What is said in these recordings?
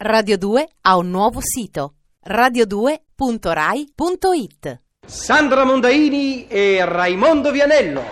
Radio 2 ha un nuovo sito radio2.rai.it Sandra Mondaini e Raimondo Vianello.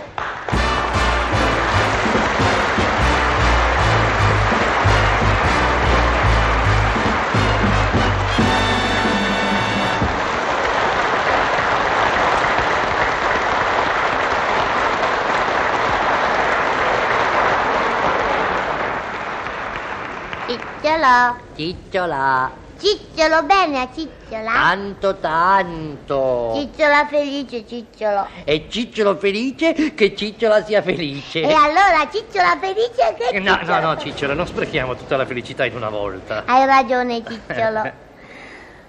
Cicciolo, Cicciola, cicciolo bene a cicciola. tanto tanto. Cicciola felice, cicciolo. e Cicciolo felice che Cicciola sia felice. E allora cicciola felice che Eh, No, no, cicciolo? no, Cicciola, non sprechiamo tutta la felicità in una volta. Hai ragione, cicciolo.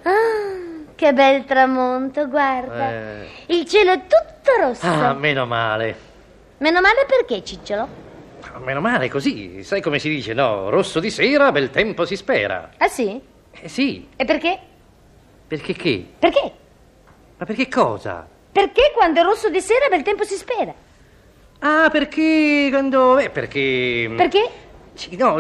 Ah, che bel tramonto, guarda. Eh. Il cielo è tutto rosso. Ah, meno male. Meno male perché, cicciolo? Meno male così, sai come si dice, no? Rosso di sera, bel tempo si spera. Ah sì? Eh sì, E perché? perché che? Perché? Ma perché cosa? Perché quando è rosso di sera bel tempo si spera? Ah, perché quando... Eh, perché... Perché? Sì, no,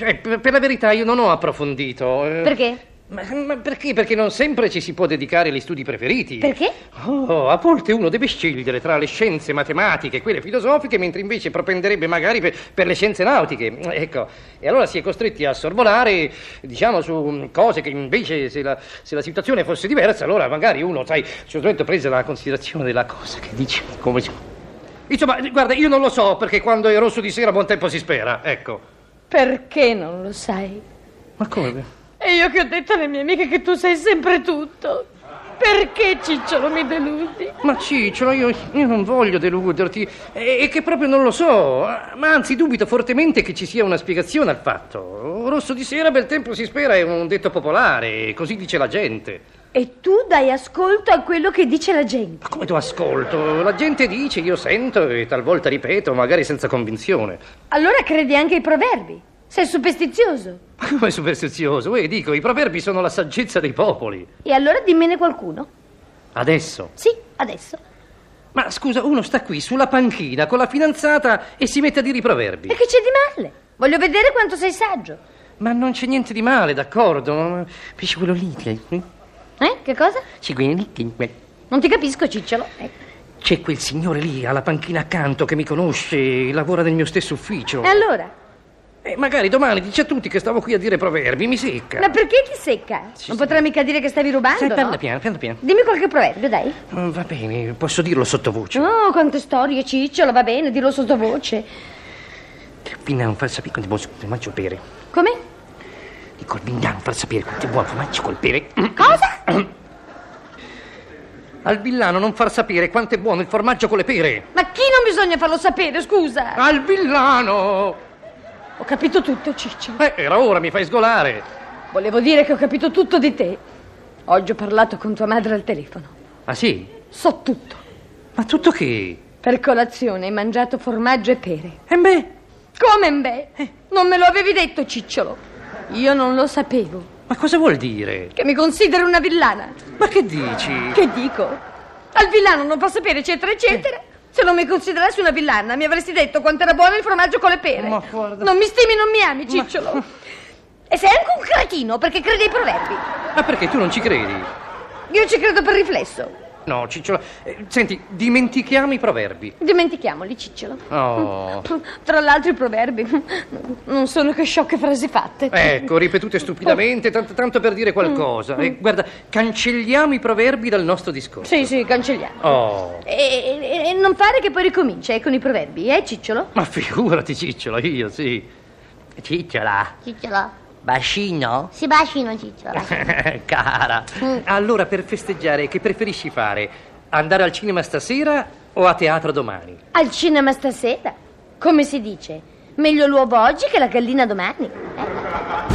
eh, per per la verità io non ho approfondito. eh. Perché? Ma, ma perché? Perché non sempre ci si può dedicare agli studi preferiti. Perché? Oh, a volte uno deve scegliere tra le scienze matematiche e quelle filosofiche, mentre invece propenderebbe magari per, per le scienze nautiche. Ecco, e allora si è costretti a sorvolare, diciamo, su cose che invece, se la, se la situazione fosse diversa, allora magari uno, sai, ci ho detto, presa la considerazione della cosa che dice, come si... Insomma, guarda, io non lo so, perché quando è rosso di sera buon tempo si spera, ecco. Perché non lo sai? Ma come? E io che ho detto alle mie amiche che tu sai sempre tutto. Perché Cicciolo mi deludi? Ma Cicciolo, io, io non voglio deluderti e, e che proprio non lo so, ma anzi dubito fortemente che ci sia una spiegazione al fatto. Rosso di sera, bel tempo si spera, è un detto popolare, così dice la gente. E tu dai ascolto a quello che dice la gente. Ma come tu ascolto? La gente dice, io sento e talvolta ripeto, magari senza convinzione. Allora credi anche ai proverbi. Sei superstizioso. Ma come superstizioso, eh, dico, i proverbi sono la saggezza dei popoli. E allora dimmene qualcuno. Adesso. Sì, adesso. Ma scusa, uno sta qui sulla panchina con la fidanzata e si mette a dire i proverbi. E che c'è di male? Voglio vedere quanto sei saggio. Ma non c'è niente di male, d'accordo? ma- Invece quello lì che... Eh? Che cosa? C'è quello lì che... Non ti capisco, Cicciolo. Eh. C'è quel signore lì alla panchina accanto che mi conosce, lavora nel mio stesso ufficio. E allora? E magari domani dice a tutti che stavo qui a dire proverbi, mi secca. Ma perché ti secca? Non potrà mica dire che stavi rubando, Sai, parla no? piano, parla piano. Dimmi qualche proverbio, dai. Mm, Va bene, posso dirlo sottovoce. Oh, quante storie, Cicciolo, va bene, dirlo sottovoce. Vinnan far sapere quanto è buon il formaggio col pere. Come? Dico, Vinnan far sapere quanto è buono il formaggio col pere. Cosa? Al villano non far sapere quanto è buono il formaggio con le pere. Ma chi non bisogna farlo sapere, scusa? Al villano! Ho capito tutto, Cicciolo. Eh, era ora, mi fai sgolare. Volevo dire che ho capito tutto di te. Oggi ho parlato con tua madre al telefono. Ah sì? So tutto. Ma tutto che? Per colazione hai mangiato formaggio e pere. E beh, Come beh? Non me lo avevi detto, Cicciolo. Io non lo sapevo. ma cosa vuol dire? Che mi consideri una villana. Ma che dici? Che dico? Al villano non fa sapere eccetera eccetera. Se non mi considerassi una villana mi avresti detto quanto era buono il formaggio con le pere. Ma guarda- Non mi stimi, non mi ami, Cicciolo. E sei anche un cretino perché credi ai proverbi. Ma perché tu non ci credi? Io ci credo per riflesso. No, Cicciola. eh, senti, dimentichiamo i proverbi. Dimentichiamoli, Cicciolo. Mm. Oh. Tra l'altro i proverbi non sono che sciocche frasi fatte. Ecco, ripetute stupidamente, tanto, tanto per dire qualcosa. Eh, guarda, cancelliamo i proverbi dal nostro discorso. Mm. Sì, sì, cancelliamo. Oh. E, e- e non pare che poi ricomincia eh, con i proverbi, eh, Cicciolo? Ma figurati, Cicciola, io sì. Cicciola, Cicciolo, bacino? si bacino, cicciolo. Cara. Mm, Allora, per festeggiare, che preferisci fare? Andare al cinema stasera o a teatro domani? Al cinema stasera. Come si dice? Meglio l'uovo oggi che la gallina domani.